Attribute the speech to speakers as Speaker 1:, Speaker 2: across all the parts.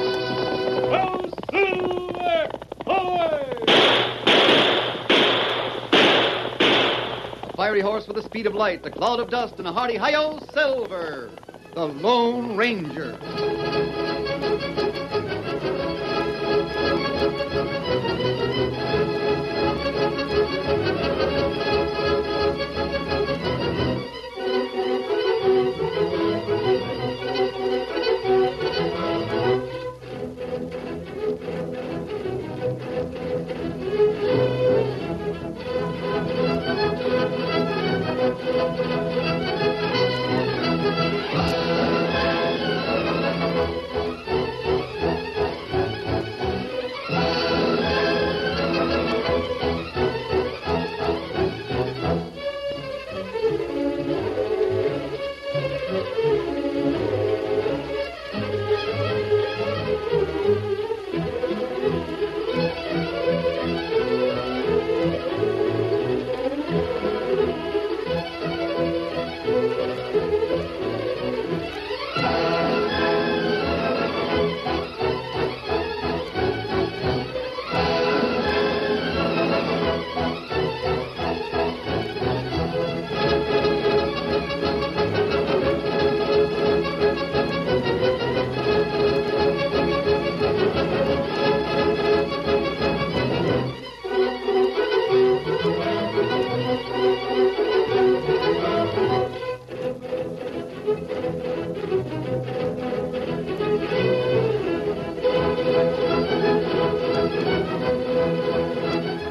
Speaker 1: Go Silver! Away!
Speaker 2: fiery horse with the speed of light, a cloud of dust, and a hearty hi-yo, Silver, the Lone Ranger.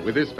Speaker 2: With his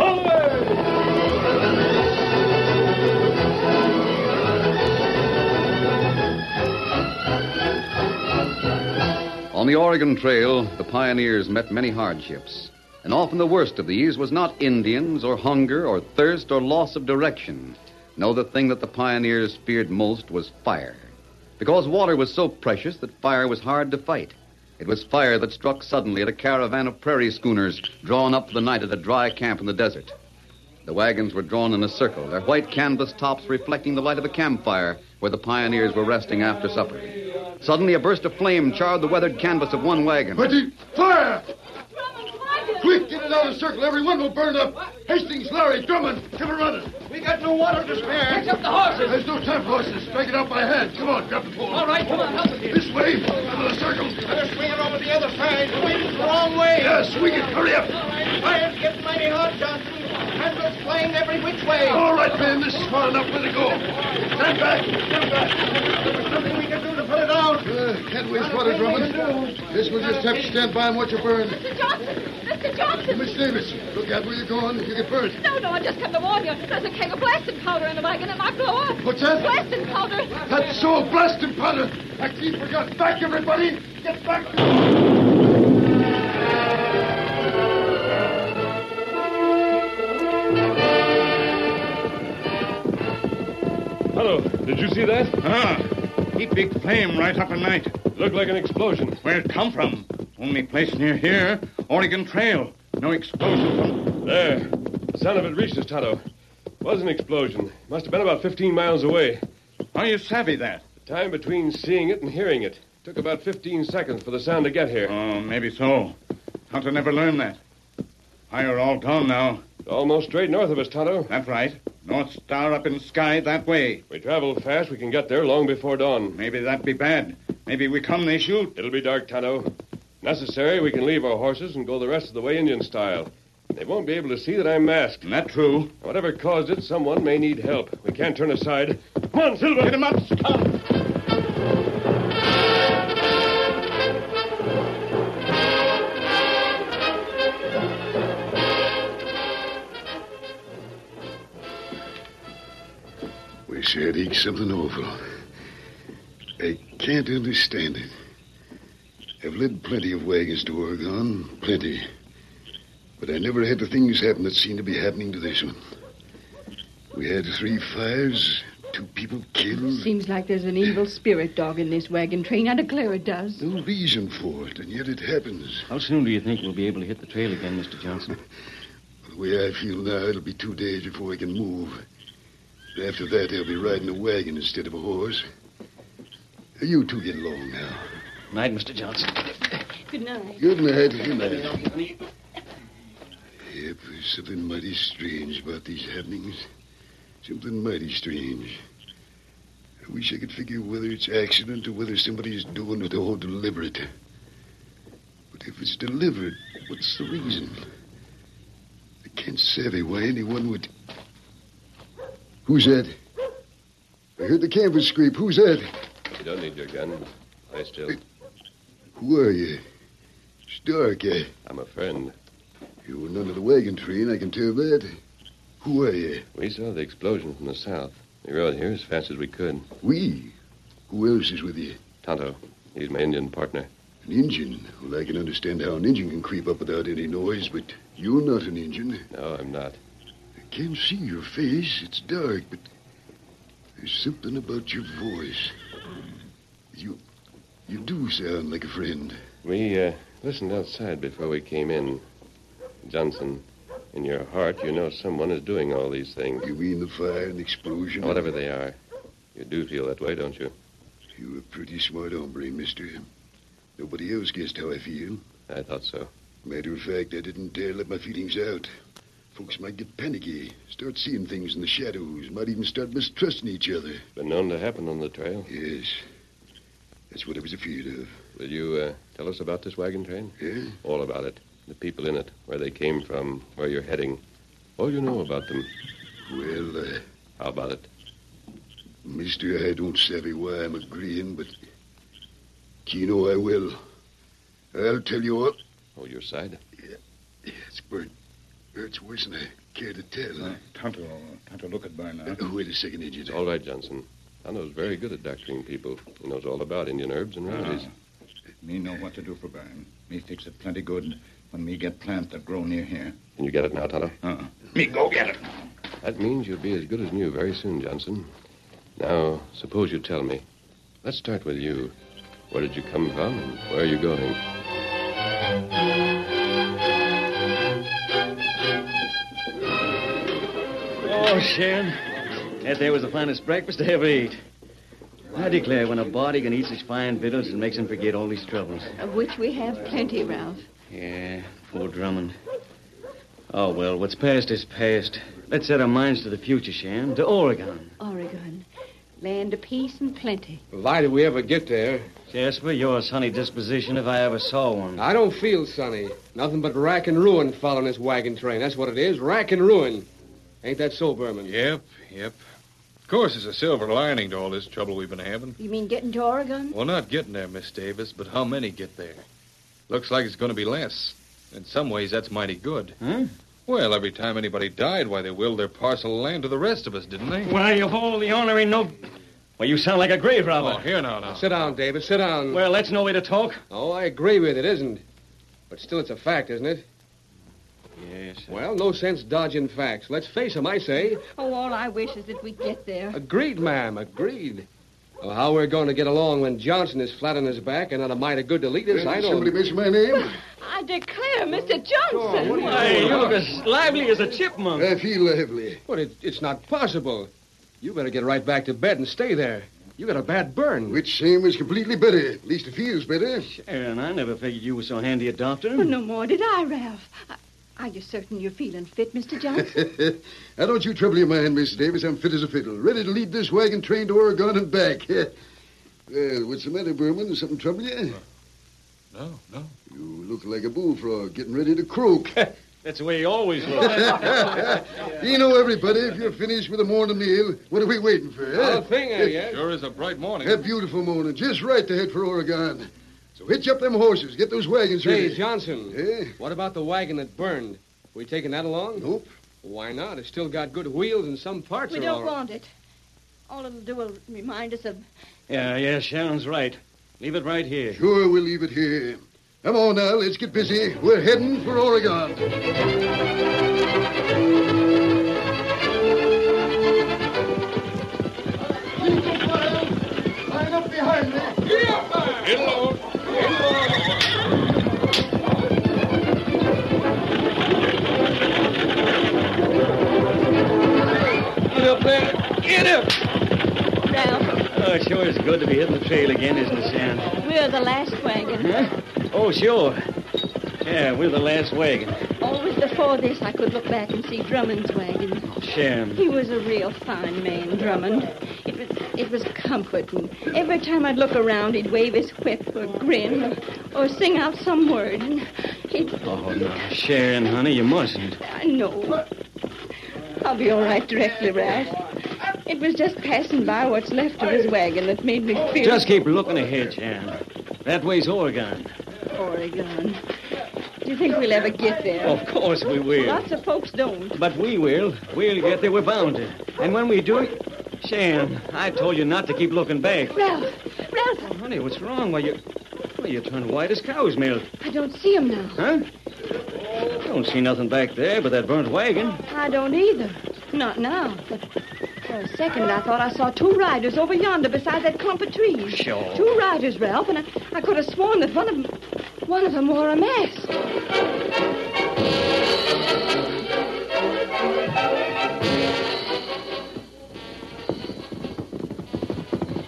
Speaker 1: Away!
Speaker 2: On the Oregon Trail, the pioneers met many hardships, and often the worst of these was not Indians or hunger or thirst or loss of direction. No, the thing that the pioneers feared most was fire. Because water was so precious that fire was hard to fight. It was fire that struck suddenly at a caravan of prairie schooners drawn up for the night at a dry camp in the desert. The wagons were drawn in a circle, their white canvas tops reflecting the light of a campfire where the pioneers were resting after supper. Suddenly, a burst of flame charred the weathered canvas of one wagon.
Speaker 3: Plenty, fire! Quick, get it out of circle. Every one will burn up. Hastings, Larry, Drummond, give a running. We got no water to spare. Catch up the horses. There's no time for horses. Strike it out by hand. Come on, grab the pole. All right, come on, help us This way, out of the circle. Let's swing it over the other side. Swing the wrong way. Yeah, swing it. Hurry up. Fire's getting mighty hot, Johnson. Handles flying every which way. All right, man, this is far enough. Let it go. Stand back. Stand back. There's nothing we can do to put it out. Uh, can't waste water, Drummond. This will just have to stand by and watch it burn.
Speaker 4: Mr. Johnson! Mr. Johnson!
Speaker 3: Miss Davis, look out where you're going. You get burnt.
Speaker 4: No, no, I just come to warn you. There's a keg of blasting powder in the wagon. It might blow up.
Speaker 3: What's that?
Speaker 4: Blasting powder.
Speaker 3: That's so blasted, powder. I keep forgot. Back, everybody. Get back.
Speaker 1: Hello, did you see that?
Speaker 5: Ah, he big flame right up at night.
Speaker 1: Looked like an explosion.
Speaker 5: Where it come from? Only place near here, Oregon Trail. No explosion from...
Speaker 1: There. The sound of it reached us, Tonto. Was an explosion. Must have been about 15 miles away.
Speaker 5: How you savvy that?
Speaker 1: The time between seeing it and hearing it took about 15 seconds for the sound to get here.
Speaker 5: Oh, maybe so. How to never learn that. Fire all gone now.
Speaker 1: Almost straight north of us, Tonto.
Speaker 5: That's right. North Star up in sky that way.
Speaker 1: We travel fast, we can get there long before dawn.
Speaker 5: Maybe that be bad. Maybe we come, they shoot.
Speaker 1: It'll be dark, Tonto. Necessary, we can leave our horses and go the rest of the way Indian style. They won't be able to see that I'm masked.
Speaker 5: Isn't that true?
Speaker 1: Whatever caused it, someone may need help. We can't turn aside.
Speaker 6: Come on, Silver.
Speaker 5: Get him up, scum.
Speaker 7: We said each something awful. I can't understand it. I've led plenty of wagons to Oregon, plenty. But I never had the things happen that seem to be happening to this one. We had three fires, two people killed.
Speaker 8: Seems like there's an evil spirit dog in this wagon train. I declare it does.
Speaker 7: No reason for it, and yet it happens.
Speaker 5: How soon do you think we'll be able to hit the trail again, Mr. Johnson?
Speaker 7: The way I feel now, it'll be two days before we can move. But after that, they'll be riding a wagon instead of a horse. You two get along now.
Speaker 5: Night, Mr. Johnson.
Speaker 8: Good night.
Speaker 7: Good night. Good night. Yep, there's something mighty strange about these happenings. Something mighty strange. I wish I could figure whether it's accident or whether somebody's doing it all deliberate. But if it's deliberate, what's the reason? I can't savvy why anyone would. Who's that? I heard the canvas scrape. Who's that?
Speaker 9: You don't need your gun. I still.
Speaker 7: Who are you? It's dark. eh?
Speaker 9: I'm a friend.
Speaker 7: You were none of the wagon train, I can tell that. Who are you?
Speaker 9: We saw the explosion from the south. We rode here as fast as we could.
Speaker 7: We? Who else is with you?
Speaker 9: Tonto, he's my Indian partner.
Speaker 7: An Injun. Well, I can understand how an Injun can creep up without any noise, but you're not an Injun.
Speaker 9: No, I'm not.
Speaker 7: I can't see your face. It's dark, but there's something about your voice. You. You do sound like a friend.
Speaker 9: We uh, listened outside before we came in. Johnson, in your heart, you know someone is doing all these things,
Speaker 7: You mean the fire and the explosion?
Speaker 9: whatever they are. You do feel that way, don't you?
Speaker 7: You're a pretty smart hombre, mister. Nobody else guessed how I feel.
Speaker 9: I thought so.
Speaker 7: Matter of fact, I didn't dare let my feelings out. Folks might get panicky, start seeing things in the shadows, might even start mistrusting each other.
Speaker 9: It's been known to happen on the trail.
Speaker 7: Yes. That's what I was afraid of.
Speaker 9: Will you uh, tell us about this wagon train?
Speaker 7: Yeah?
Speaker 9: All about it. The people in it, where they came from, where you're heading. All you know about them.
Speaker 7: Well, uh,
Speaker 9: How about it?
Speaker 7: mister, I don't savvy why I'm agreeing, but. Kino, I will. I'll tell you what.
Speaker 9: Oh, your side?
Speaker 7: It's burnt. Hurts worse than I care to tell.
Speaker 5: Tonto, Tonto, uh, look at Bernard.
Speaker 7: Uh, wait a second, Injun.
Speaker 9: It's all right, Johnson. Tonto's very good at doctoring people. He knows all about Indian herbs and remedies.
Speaker 5: Ah. Me know what to do for Burn. Me fix it plenty good when me get plant that grow near here.
Speaker 9: Can you get it now, Tonto?
Speaker 5: Uh-uh. Me go get it.
Speaker 9: That means you'll be as good as new very soon, Johnson. Now, suppose you tell me. Let's start with you. Where did you come from and where are you going?
Speaker 10: Oh, Sharon, that there was the finest breakfast I ever ate. I declare, when a body can eat such fine victuals, it makes him forget all his troubles.
Speaker 8: Of which we have plenty, Ralph.
Speaker 10: Yeah, poor Drummond. Oh, well, what's past is past. Let's set our minds to the future, Sharon, to Oregon.
Speaker 8: Oregon. Land of peace and plenty.
Speaker 11: Why do we ever get there?
Speaker 10: Jasper, you're a sunny disposition if I ever saw one.
Speaker 11: I don't feel sunny. Nothing but rack and ruin following this wagon train. That's what it is, rack and ruin. Ain't that so, Berman?
Speaker 12: Yep, yep. Of course, there's a silver lining to all this trouble we've been having.
Speaker 8: You mean getting to Oregon?
Speaker 12: Well, not getting there, Miss Davis, but how many get there? Looks like it's going to be less. In some ways, that's mighty good.
Speaker 11: Hmm?
Speaker 10: Huh?
Speaker 12: Well, every time anybody died, why, they willed their parcel of land to the rest of us, didn't they?
Speaker 10: Why, you hold the honor ain't no... Well, you sound like a grave
Speaker 12: Oh,
Speaker 10: robber.
Speaker 12: here now, now.
Speaker 11: Sit down, David, sit down.
Speaker 10: Well, that's no way to talk.
Speaker 11: oh, I agree with it, isn't? But still, it's a fact, isn't it?
Speaker 10: Yes.
Speaker 11: Well, no sense dodging facts. Let's face 'em, I say.
Speaker 8: Oh, all I wish is that we get there.
Speaker 11: Agreed, ma'am, agreed. Well, how we're going to get along when Johnson is flat on his back and not a mite of good to lead us, I
Speaker 7: Somebody
Speaker 11: don't...
Speaker 7: mention my name?
Speaker 8: I declare, Mr. Johnson.
Speaker 10: Hey, you look as lively as a chipmunk.
Speaker 7: I feel lively.
Speaker 11: But it, it's not possible. You better get right back to bed and stay there. You got a bad burn.
Speaker 7: Which same is completely better. At least it feels better.
Speaker 10: Sharon,
Speaker 7: Oh.
Speaker 10: I never figured you were so handy a doctor.
Speaker 8: Well, no more did I, Ralph. I- Are you certain you're feeling fit, Mr. Johnson?
Speaker 7: now, don't you trouble your mind, Miss Davis. I'm fit as a fiddle, ready to lead this wagon train to Oregon and back. well, what's the matter, Berman? Something trouble you?
Speaker 12: No, no.
Speaker 7: You look like a bullfrog getting ready to croak.
Speaker 10: That's the way he always looks.
Speaker 3: you know everybody. If you're finished with the morning meal, what are we waiting for? eh?
Speaker 12: Sure is a bright morning.
Speaker 3: A beautiful morning, just right to head for Oregon. So hitch up them horses, get those wagons ready.
Speaker 11: Say, Johnson. What about the wagon that burned? We taking that along?
Speaker 3: Nope.
Speaker 11: Why not? It's still got good wheels and some parts
Speaker 8: We
Speaker 11: are
Speaker 8: don't
Speaker 11: all
Speaker 8: want it. All it'll do will remind us of.
Speaker 10: yeah, yeah, Sharon's right. Leave it right here.
Speaker 3: Sure, we'll leave it here. Come on now, let's get busy. We're heading for Oregon.
Speaker 1: Line up behind me. Get along.
Speaker 10: Get up there. Get up. Oh, it sure is good to be hitting the trail again, isn't it, Sharon?
Speaker 8: We're the last wagon.
Speaker 10: Oh, sure. Yeah, we're the last wagon.
Speaker 8: Always before this, I could look back and see Drummond's wagon.
Speaker 10: Sharon.
Speaker 8: He was a real fine man, Drummond. It was, it was comforting. Every time I'd look around, he'd wave his whip or grin or, or sing out some word. And he'd,
Speaker 10: Oh, no. Sharon, honey, you mustn't.
Speaker 8: I know. I'll be all right directly, Ralph. It was just passing by what's left of his wagon that made me feel.
Speaker 10: Just keep looking ahead, Sharon. That way's Oregon.
Speaker 8: Oregon. Do you think we'll ever get there?
Speaker 10: Of course we will.
Speaker 8: Lots of folks don't.
Speaker 10: But we will. We'll get there. We're bound to. And when we do, Sharon, I told you not to keep looking back. Oh,
Speaker 8: Ralph, Ralph,
Speaker 10: Honey, what's wrong? Why, you... Why, you turned white as cow's milk.
Speaker 8: I don't see him now.
Speaker 10: Huh? Don't see nothing back there but that burnt wagon.
Speaker 8: I don't either. Not now. But for a second, I thought I saw two riders over yonder beside that clump of trees.
Speaker 10: Sure.
Speaker 8: Two riders, Ralph, and I, I could have sworn that one of them, one of them wore a mask.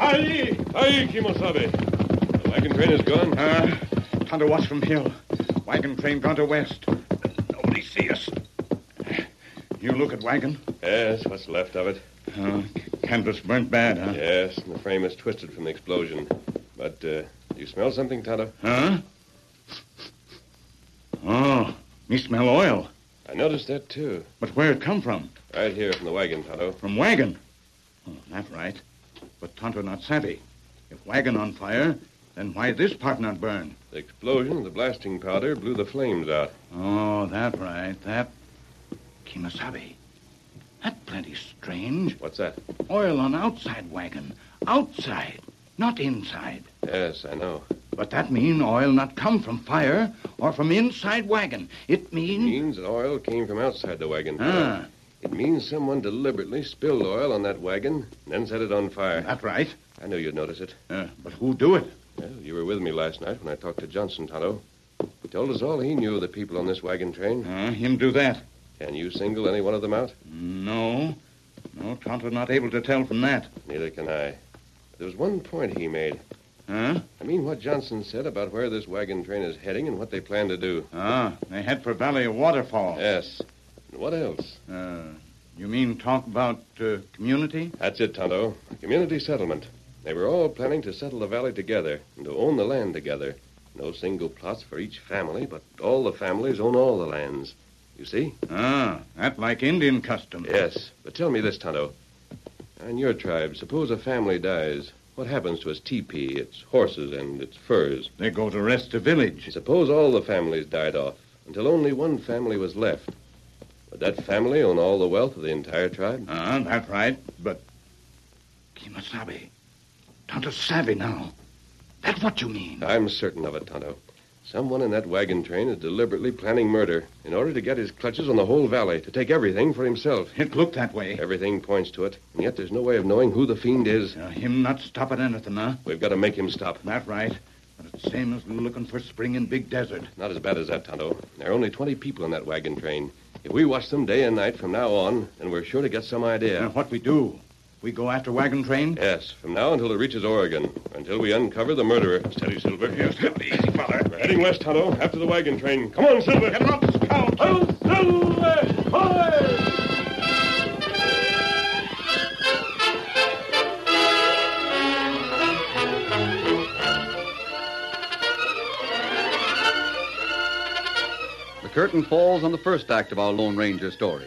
Speaker 5: Aye, aye, Kimosabe. The wagon train is gone. Uh, time to watch from hill. Wagon train gone to west. Nobody see us. You look at wagon.
Speaker 9: Yes, what's left of it.
Speaker 5: Uh, canvas burnt bad, huh?
Speaker 9: Yes, and the frame is twisted from the explosion. But uh, you smell something, Tonto?
Speaker 5: Huh? Oh, me smell oil.
Speaker 9: I noticed that, too.
Speaker 5: But where it come from?
Speaker 9: Right here from the wagon, Tonto.
Speaker 5: From wagon. Oh, that right. But Tonto not savvy. If wagon on fire, then why this part not burn?
Speaker 9: The explosion of the blasting powder blew the flames out.
Speaker 5: Oh, that right. That Kimasabi. That plenty strange.
Speaker 9: What's that?
Speaker 5: Oil on outside wagon. Outside, not inside.
Speaker 9: Yes, I know.
Speaker 5: But that mean oil not come from fire or from inside wagon. It mean
Speaker 9: means that oil came from outside the wagon.
Speaker 5: Ah.
Speaker 9: It means someone deliberately spilled oil on that wagon and then set it on fire.
Speaker 5: that right.
Speaker 9: I knew you'd notice it.
Speaker 5: Uh, but who do it?
Speaker 9: Well, you were with me last night when I talked to Johnson, Tonto. He told us all he knew of the people on this wagon train.
Speaker 5: Uh, him do that?
Speaker 9: Can you single any one of them out?
Speaker 5: No. No, Tonto not able to tell from that.
Speaker 9: Neither can I. But there was one point he made.
Speaker 5: Huh?
Speaker 9: I mean, what Johnson said about where this wagon train is heading and what they plan to do.
Speaker 5: Ah, they head for Valley of Waterfall.
Speaker 9: Yes. And what else?
Speaker 5: Uh, you mean talk about uh, community?
Speaker 9: That's it, Tonto. A community settlement. They were all planning to settle the valley together and to own the land together. No single plots for each family, but all the families own all the lands. You see?
Speaker 5: Ah, that like Indian custom.
Speaker 9: Yes. But tell me this, Tonto. In your tribe, suppose a family dies. What happens to its teepee, its horses, and its furs?
Speaker 5: They go to rest a village.
Speaker 9: Suppose all the families died off until only one family was left. Would that family own all the wealth of the entire tribe?
Speaker 5: Ah, that right. But Kimasabi, Tonto savvy now. That what you mean?
Speaker 9: I'm certain of it, Tonto. Someone in that wagon train is deliberately planning murder in order to get his clutches on the whole valley, to take everything for himself.
Speaker 5: It looked that way.
Speaker 9: Everything points to it, and yet there's no way of knowing who the fiend is.
Speaker 5: Uh, him not stop at anything, huh?
Speaker 9: We've got to make him stop.
Speaker 5: That right. But it's same as looking for spring in big desert.
Speaker 9: Not as bad as that, Tonto. There are only 20 people in that wagon train. If we watch them day and night from now on, then we're sure to get some
Speaker 5: Now,
Speaker 9: idea.
Speaker 5: what we do? We go after wagon train?
Speaker 9: Yes, from now until it reaches Oregon, until we uncover the murderer. Steady, Silver. Yes, easy, father. We're heading west, Tonto, after the wagon train. Come on, Silver.
Speaker 5: Get him up, scout!
Speaker 1: Help, Silver! Hoy!
Speaker 2: The curtain falls on the first act of our Lone Ranger story.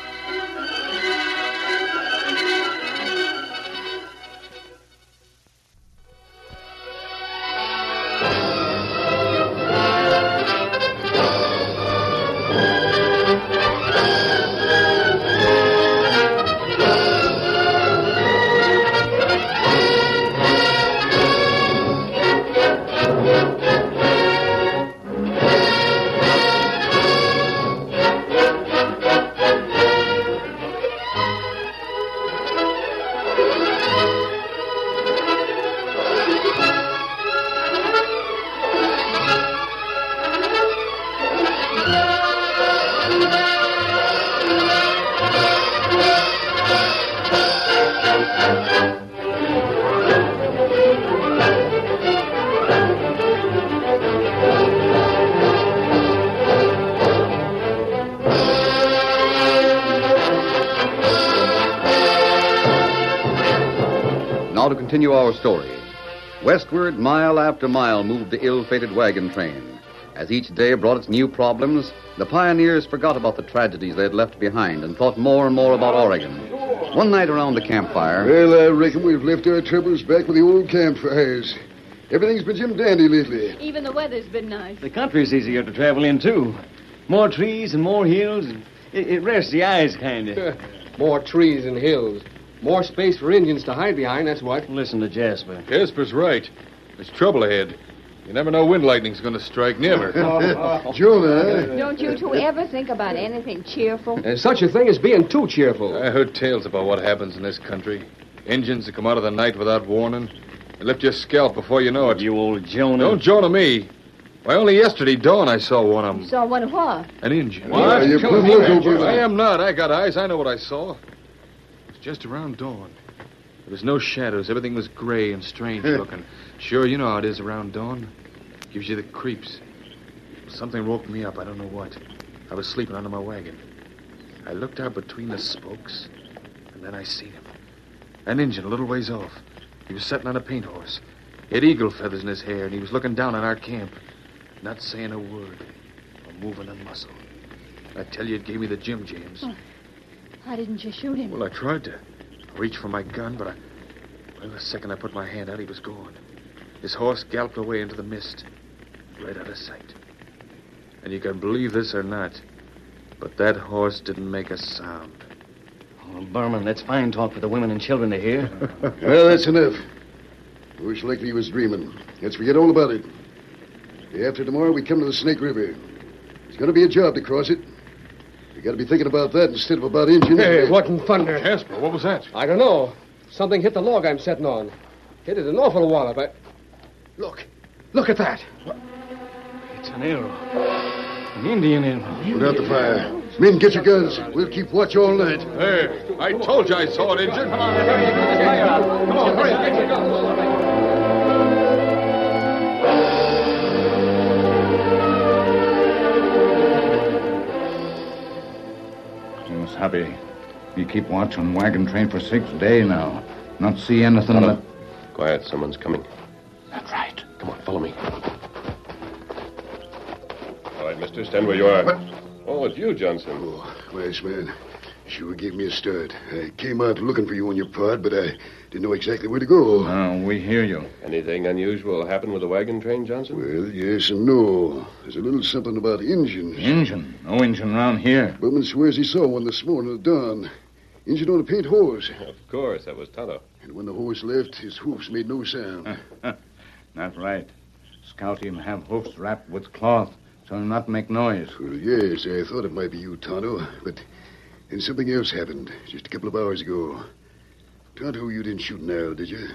Speaker 2: Now to continue our story. Westward, mile after mile, moved the ill fated wagon train. As each day brought its new problems, the pioneers forgot about the tragedies they had left behind and thought more and more about Oregon. One night around the campfire,
Speaker 7: Well, I reckon we've left our troubles back with the old campfires. Everything's been Jim Dandy lately.
Speaker 4: Even the weather's been nice.
Speaker 10: The country's easier to travel in, too. More trees and more hills. It, it rests the eyes, kind of.
Speaker 11: More trees and hills. More space for Indians to hide behind, that's what.
Speaker 10: Listen to Jasper.
Speaker 12: Casper's right. There's trouble ahead. You never know when lightning's going to strike, never.
Speaker 7: Jonah.
Speaker 4: Don't you two ever think about anything cheerful?
Speaker 12: There's Uh, such a thing as being too cheerful. I heard tales about what happens in this country. Indians that come out of the night without warning. They lift your scalp before you know it. You
Speaker 10: old Jonah.
Speaker 12: Don't Jonah me. Why, only yesterday dawn I saw one of them.
Speaker 4: So what? What?
Speaker 12: An Indian.
Speaker 7: What? Yeah, you're plumb loco, brother.
Speaker 12: I am not. I got eyes. I know what I saw. It was just around dawn. There was no shadows. Everything was gray and strange looking. Sure, you know how it is around dawn. Gives you the creeps. Something woke me up. I don't know what. I was sleeping under my wagon. I looked out between the spokes, and then I seen him. An Indian a little ways off. He was sitting on a paint horse. He had eagle feathers in his hair, and he was looking down on our camp, not saying a word or moving a muscle. I tell you, it gave me the Jim James.
Speaker 4: Why didn't you shoot him?
Speaker 12: Well, I tried to reach for my gun, but I. Well, the second I put my hand out, he was gone. His horse galloped away into the mist, right out of sight. And you can believe this or not, but that horse didn't make a sound.
Speaker 10: Oh, Berman, that's fine talk for the women and children to hear.
Speaker 7: Well, that's enough. Most likely he was dreaming. Let's forget all about it. Day after tomorrow, we come to the Snake River. It's going to be a job to cross it. We got to be thinking about that instead of about Indians.
Speaker 11: Hey, what in thunder?
Speaker 12: Casper, what was that?
Speaker 11: I don't know. Something hit the log I'm sitting on. Hit it an awful wallop. I... Look. Look at that.
Speaker 10: It's an arrow. An Indian arrow.
Speaker 7: Put out the fire. Men, get your guns. We'll keep watch all night.
Speaker 12: Hey, I told you I saw an Indian. Come on, hurry. Come on, hurry. Get your guns.
Speaker 13: Happy. You keep watch on wagon train for six day now. Not see anything but.
Speaker 9: Quiet, someone's coming. That's right. Come on, follow me. All right, mister, stand where you are. Oh, it's you, Johnson.
Speaker 7: Oh, Wise man, sure gave me a start. I came out looking for you and your pard, but I didn't know exactly where to go.
Speaker 13: No, we hear you.
Speaker 9: Anything unusual happen with the wagon train, Johnson?
Speaker 7: Well, yes and no. There's a little something about Injuns.
Speaker 13: Engine. No engine round here.
Speaker 7: Bowman swears he saw one this morning at dawn. Engine on a paint horse.
Speaker 9: Of course, that was Tonto.
Speaker 7: And when the horse left, his hoofs made no sound.
Speaker 13: Not right. Scout him have hoofs wrapped with cloth, so he'll not make noise.
Speaker 7: Well, yes, I thought it might be you, Tonto, but then something else happened just a couple of hours ago. Tonto, you didn't shoot an arrow, did you?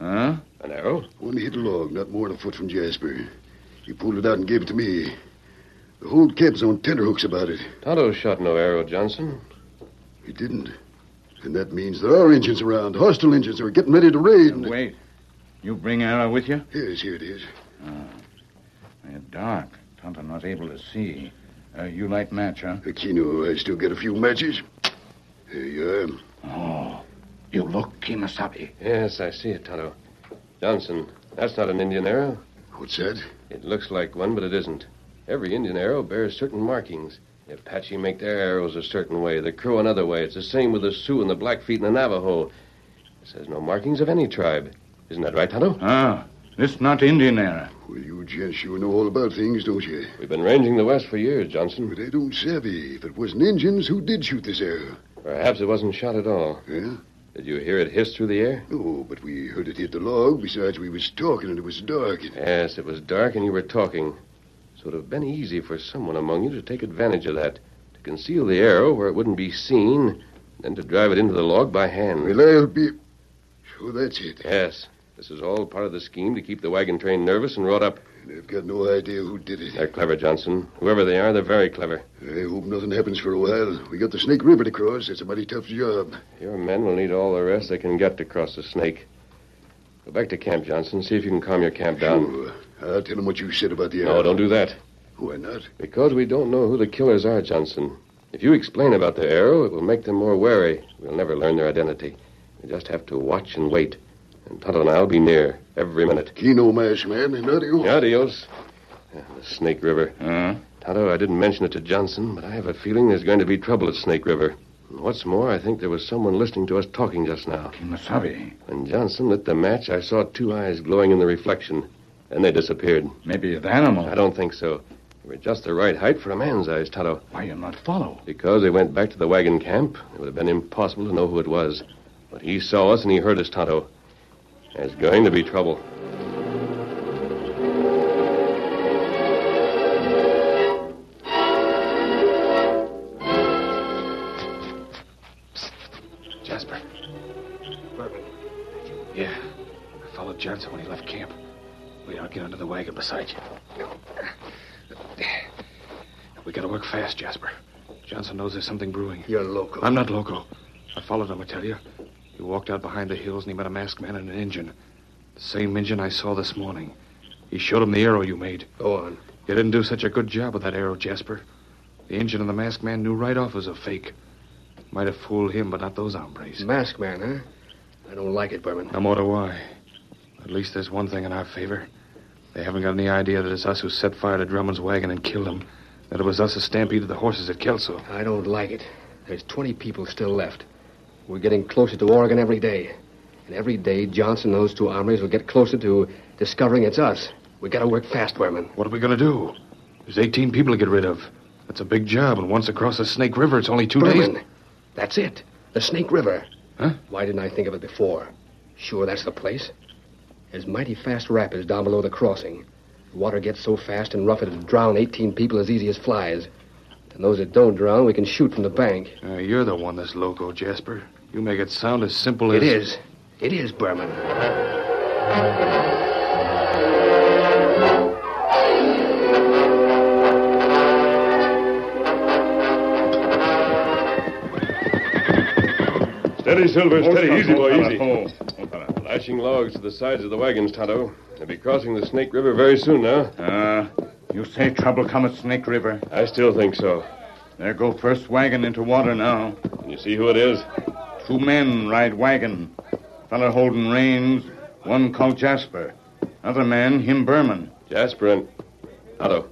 Speaker 13: Huh?
Speaker 9: An arrow?
Speaker 7: Only hit a log, not more than a foot from Jasper. He pulled it out and gave it to me. The whole camp's on tenterhooks about it.
Speaker 9: Tonto shot no arrow, Johnson.
Speaker 7: He didn't. And that means there are engines around. Hostile engines are getting ready to raid.
Speaker 13: wait. You bring arrow with you?
Speaker 7: Yes, here it is.
Speaker 13: Ah. They're dark. Tonto not able to see. Uh, you light match, huh?
Speaker 7: Aquino, I still got a few matches. Here you are.
Speaker 13: Oh, you look, Kimasabi.
Speaker 9: Yes, I see it, Tonto. Johnson, that's not an Indian arrow.
Speaker 7: What's that?
Speaker 9: It looks like one, but it isn't. Every Indian arrow bears certain markings. The Apache make their arrows a certain way, the Crow another way. It's the same with the Sioux and the Blackfeet and the Navajo. It says no markings of any tribe. Isn't that right, Tonto?
Speaker 13: Ah, this not Indian arrow.
Speaker 7: Well, you gents, you know all about things, don't you?
Speaker 9: We've been ranging the West for years, Johnson.
Speaker 7: But I don't savvy. If it wasn't Injuns, who did shoot this arrow?
Speaker 9: Perhaps it wasn't shot at all.
Speaker 7: Yeah?
Speaker 9: Did you hear it hiss through the air?
Speaker 7: No, but we heard it hit the log. Besides, we was talking and it was dark.
Speaker 9: Yes, it was dark and you were talking. So it'd have been easy for someone among you to take advantage of that, to conceal the arrow where it wouldn't be seen, then to drive it into the log by hand.
Speaker 7: Well, I'll be... Sure, Oh, that's it.
Speaker 9: Yes. This is all part of the scheme to keep the wagon train nervous and wrought up.
Speaker 7: They've got no idea who did it.
Speaker 9: They're clever, Johnson. Whoever they are, they're very clever.
Speaker 7: I hope nothing happens for a while. We got the Snake River to cross. It's a mighty tough job.
Speaker 9: Your men will need all the rest they can get to cross the snake. Go back to camp, Johnson. See if you can calm your camp down.
Speaker 7: Sure. I'll tell them what you said about the
Speaker 9: No,
Speaker 7: arrow.
Speaker 9: don't do that.
Speaker 7: Why not?
Speaker 9: Because we don't know who the killers are, Johnson. If you explain about the arrow, it will make them more wary. We'll never learn their identity. We just have to watch and wait. And Tonto and I'll be near every minute.
Speaker 7: Kino Mash, man, and adios.
Speaker 9: Adios. Yeah, the Snake River.
Speaker 13: Huh?
Speaker 9: Tonto, I didn't mention it to Johnson, but I have a feeling there's going to be trouble at Snake River. And what's more, I think there was someone listening to us talking just now.
Speaker 13: Kimasabi.
Speaker 9: When Johnson lit the match, I saw two eyes glowing in the reflection. Then they disappeared.
Speaker 13: Maybe the animal.
Speaker 9: I don't think so. They were just the right height for a man's eyes, Tonto.
Speaker 13: Why you not follow?
Speaker 9: Because they went back to the wagon camp, it would have been impossible to know who it was. But he saw us and he heard us, Tonto. There's going to be trouble.
Speaker 12: Jasper. Bourbon. Yeah. I followed Johnson when he left camp. Wait, I'll get under the wagon beside you. We gotta work fast, Jasper. Johnson knows there's something brewing.
Speaker 7: You're loco.
Speaker 12: I'm not loco. I followed him, I tell you. He walked out behind the hills and he met a masked man and an Injun. The same Injun I saw this morning. He showed him the arrow you made.
Speaker 7: Go on.
Speaker 12: You didn't do such a good job with that arrow, Jasper. The Injun and the masked man knew right off it was a fake. Might have fooled him, but not those hombres.
Speaker 11: Mask man, huh? I don't like it, Berman.
Speaker 12: No more do I. At least there's one thing in our favor. They haven't got any idea that it's us who set fire to Drummond's wagon and killed him. That it was us who stampeded the horses at Kelso.
Speaker 11: I don't like it. There's 20 people still left. We're getting closer to Oregon every day. And every day, Johnson and those two armies will get closer to discovering it's us. We gotta work fast, Werman.
Speaker 12: What are we gonna do? There's 18 people to get rid of. That's a big job, and once across the Snake River, it's only two
Speaker 11: Berman,
Speaker 12: days.
Speaker 11: that's it. The Snake River.
Speaker 12: Huh?
Speaker 11: Why didn't I think of it before? Sure, that's the place. There's mighty fast rapids down below the crossing. The water gets so fast and rough it'll drown 18 people as easy as flies. And those that don't drown, we can shoot from the bank.
Speaker 12: Uh, you're the one that's loco, Jasper. You make it sound as simple as.
Speaker 11: It is. It is, Berman.
Speaker 9: Steady, Silver,
Speaker 1: Hold
Speaker 9: steady.
Speaker 1: on,
Speaker 9: Easy, boy,
Speaker 1: hold on,
Speaker 9: easy. Lashing logs to the sides of the wagons, Tonto. They'll be crossing the Snake River very soon now.
Speaker 13: Ah, you say trouble come at Snake River.
Speaker 9: I still think so.
Speaker 13: There go first wagon into water now.
Speaker 9: Can you see who it is?
Speaker 13: Two men ride wagon. Feller holding reins. One called Jasper. Other man, him Burman.
Speaker 9: Jasper and. Tonto.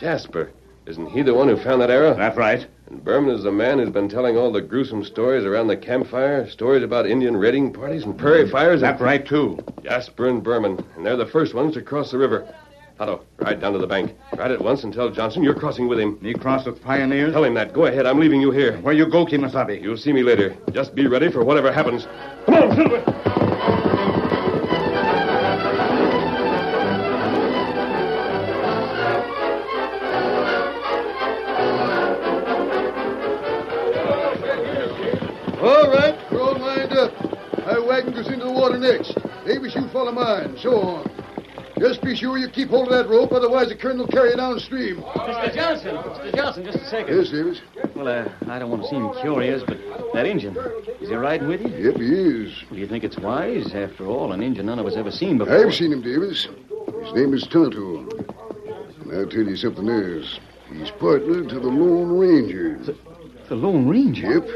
Speaker 9: Jasper. Isn't he the one who found that arrow?
Speaker 13: That right.
Speaker 9: And Berman is the man who's been telling all the gruesome stories around the campfire, stories about Indian raiding parties and prairie fires.
Speaker 13: That
Speaker 9: and-
Speaker 13: Mm, right too.
Speaker 9: Jasper and Berman, and they're the first ones to cross the river. Tonto, ride down to the bank. Ride at once and tell Johnson you're crossing with him.
Speaker 13: He crossed with pioneers.
Speaker 9: Tell him that. Go ahead. I'm leaving you here.
Speaker 13: Where you go, Kimasabi?
Speaker 9: You'll see me later. Just be ready for whatever happens. Come on, Silver.
Speaker 7: All right, we're all lined up. My wagon goes into the water next. Davis, you follow mine. So on. Just be sure you keep hold of that rope, otherwise the current will carry you downstream.
Speaker 10: Mr. Johnson, Mr. Johnson, just a second.
Speaker 7: Yes, Davis.
Speaker 10: Well, uh, I don't want to seem curious, but that engine, is he riding with you?
Speaker 7: Yep, he is.
Speaker 10: Do you think it's wise? After all, an engine none of us ever seen before.
Speaker 7: I've seen him, Davis. His name is Tonto. And I'll tell you something else. He's partner to the Lone Ranger.
Speaker 10: The Lone Ranger?
Speaker 7: Yep.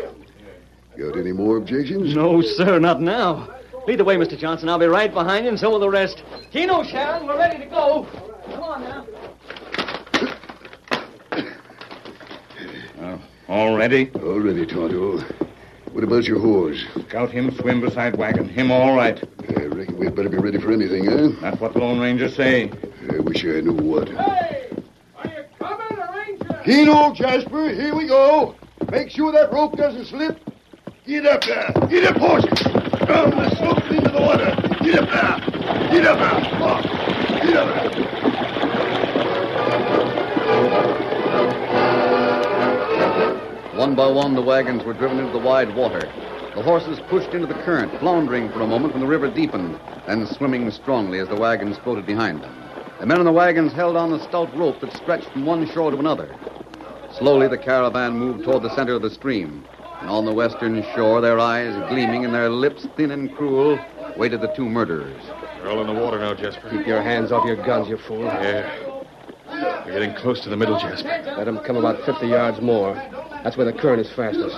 Speaker 7: Got any more objections?
Speaker 10: No, sir, not now. Lead the way, Mr. Johnson. I'll be right behind you, and so will the rest.
Speaker 14: Keno, Sharon, we're ready to go. Come on now.
Speaker 13: Already?
Speaker 7: Already, Tonto. What about your horse?
Speaker 13: Scout him, swim beside wagon. Him all right.
Speaker 7: I reckon we'd better be ready for anything, eh?
Speaker 13: That's what Lone Ranger say.
Speaker 7: I wish I knew what.
Speaker 3: Keno, Jasper, here we go. Make sure that rope doesn't slip. Get up there. Get up, horses. Down the slope and into the water. Get up there. Get up there. Come on. Get up there.
Speaker 2: One by one, the wagons were driven into the wide water. The horses pushed into the current, floundering for a moment when the river deepened, then swimming strongly as the wagons floated behind them. The men in the wagons held on the stout rope that stretched from one shore to another. Slowly, the caravan moved toward the center of the stream, and on the western shore, their eyes gleaming and their lips thin and cruel, waited the two murderers.
Speaker 12: They're all in the water now, Jasper.
Speaker 11: Keep your hands off your guns, you fool.
Speaker 12: Yeah. They're getting close to the middle, Jasper.
Speaker 11: Let them come about 50 yards more. That's where the current is fastest.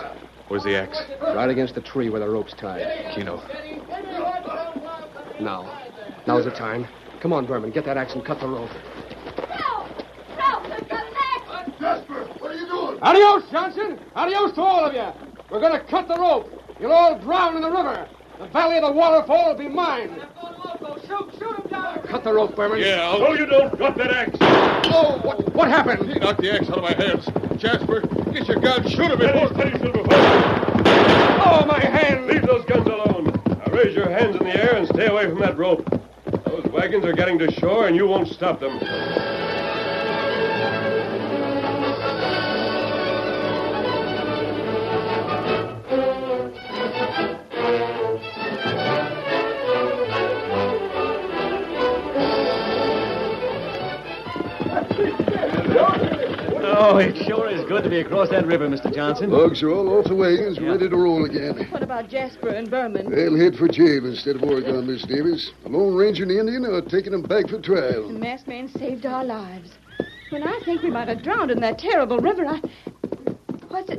Speaker 12: Where's the axe?
Speaker 11: Right against the tree where the rope's tied.
Speaker 12: Keno.
Speaker 11: Now. Now's the time. Come on, Berman. Get that axe and cut the rope.
Speaker 3: Jasper, what are you doing?
Speaker 14: Adios, Johnson. Adios to all of you. We're going to cut the rope. You'll all drown in the river. The valley of the waterfall will be mine. Shoot, shoot him down.
Speaker 11: Cut the rope, Berman.
Speaker 12: Yeah, I'll...
Speaker 1: No, you don't. Drop that axe.
Speaker 11: Oh, what, what happened?
Speaker 12: He knocked the axe out of my hands. Jasper, get your gun. Shoot him.
Speaker 1: Steady, steady, Silverfoot.
Speaker 14: Oh, my hand.
Speaker 1: Leave those guns alone.
Speaker 9: Now raise your hands in the air and stay away from that rope. Those wagons are getting to shore, and you won't stop them.
Speaker 10: Oh, it sure is good to be across that river, Mr. Johnson.
Speaker 7: Bugs are all off the wagons, ready to roll again.
Speaker 8: What about Jasper and Berman?
Speaker 7: They'll head for jail instead of Oregon, Miss Davis. The Lone Ranger and the Indian are taking them back for
Speaker 8: The
Speaker 7: trial.
Speaker 8: masked man saved our lives. When I think we might have drowned in that terrible river, I. What's it?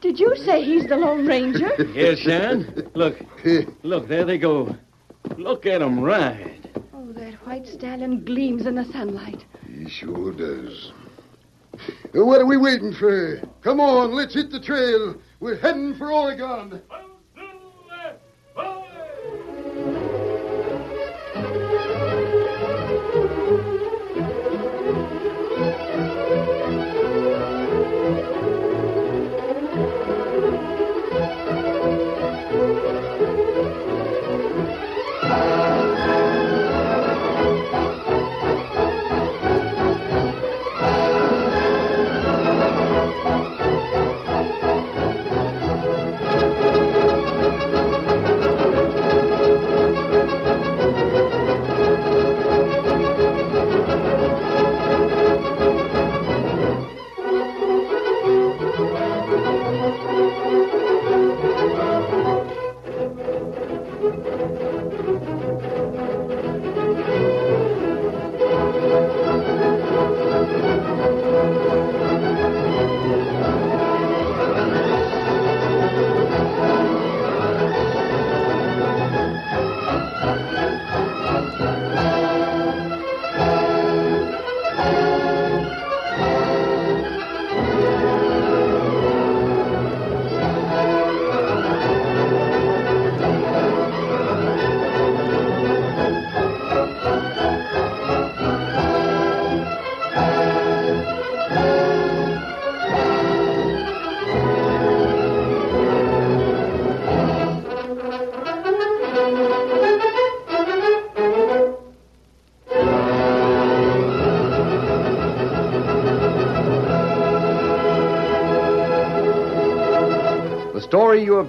Speaker 8: Did you say he's the Lone Ranger?
Speaker 10: Yes, Sharon. Look. Look, there they go. Look at 'em ride.
Speaker 8: Oh, that white stallion gleams in the sunlight.
Speaker 7: He sure does. What are we waiting for? Come on, let's hit the trail. We're heading for Oregon.
Speaker 2: The story you have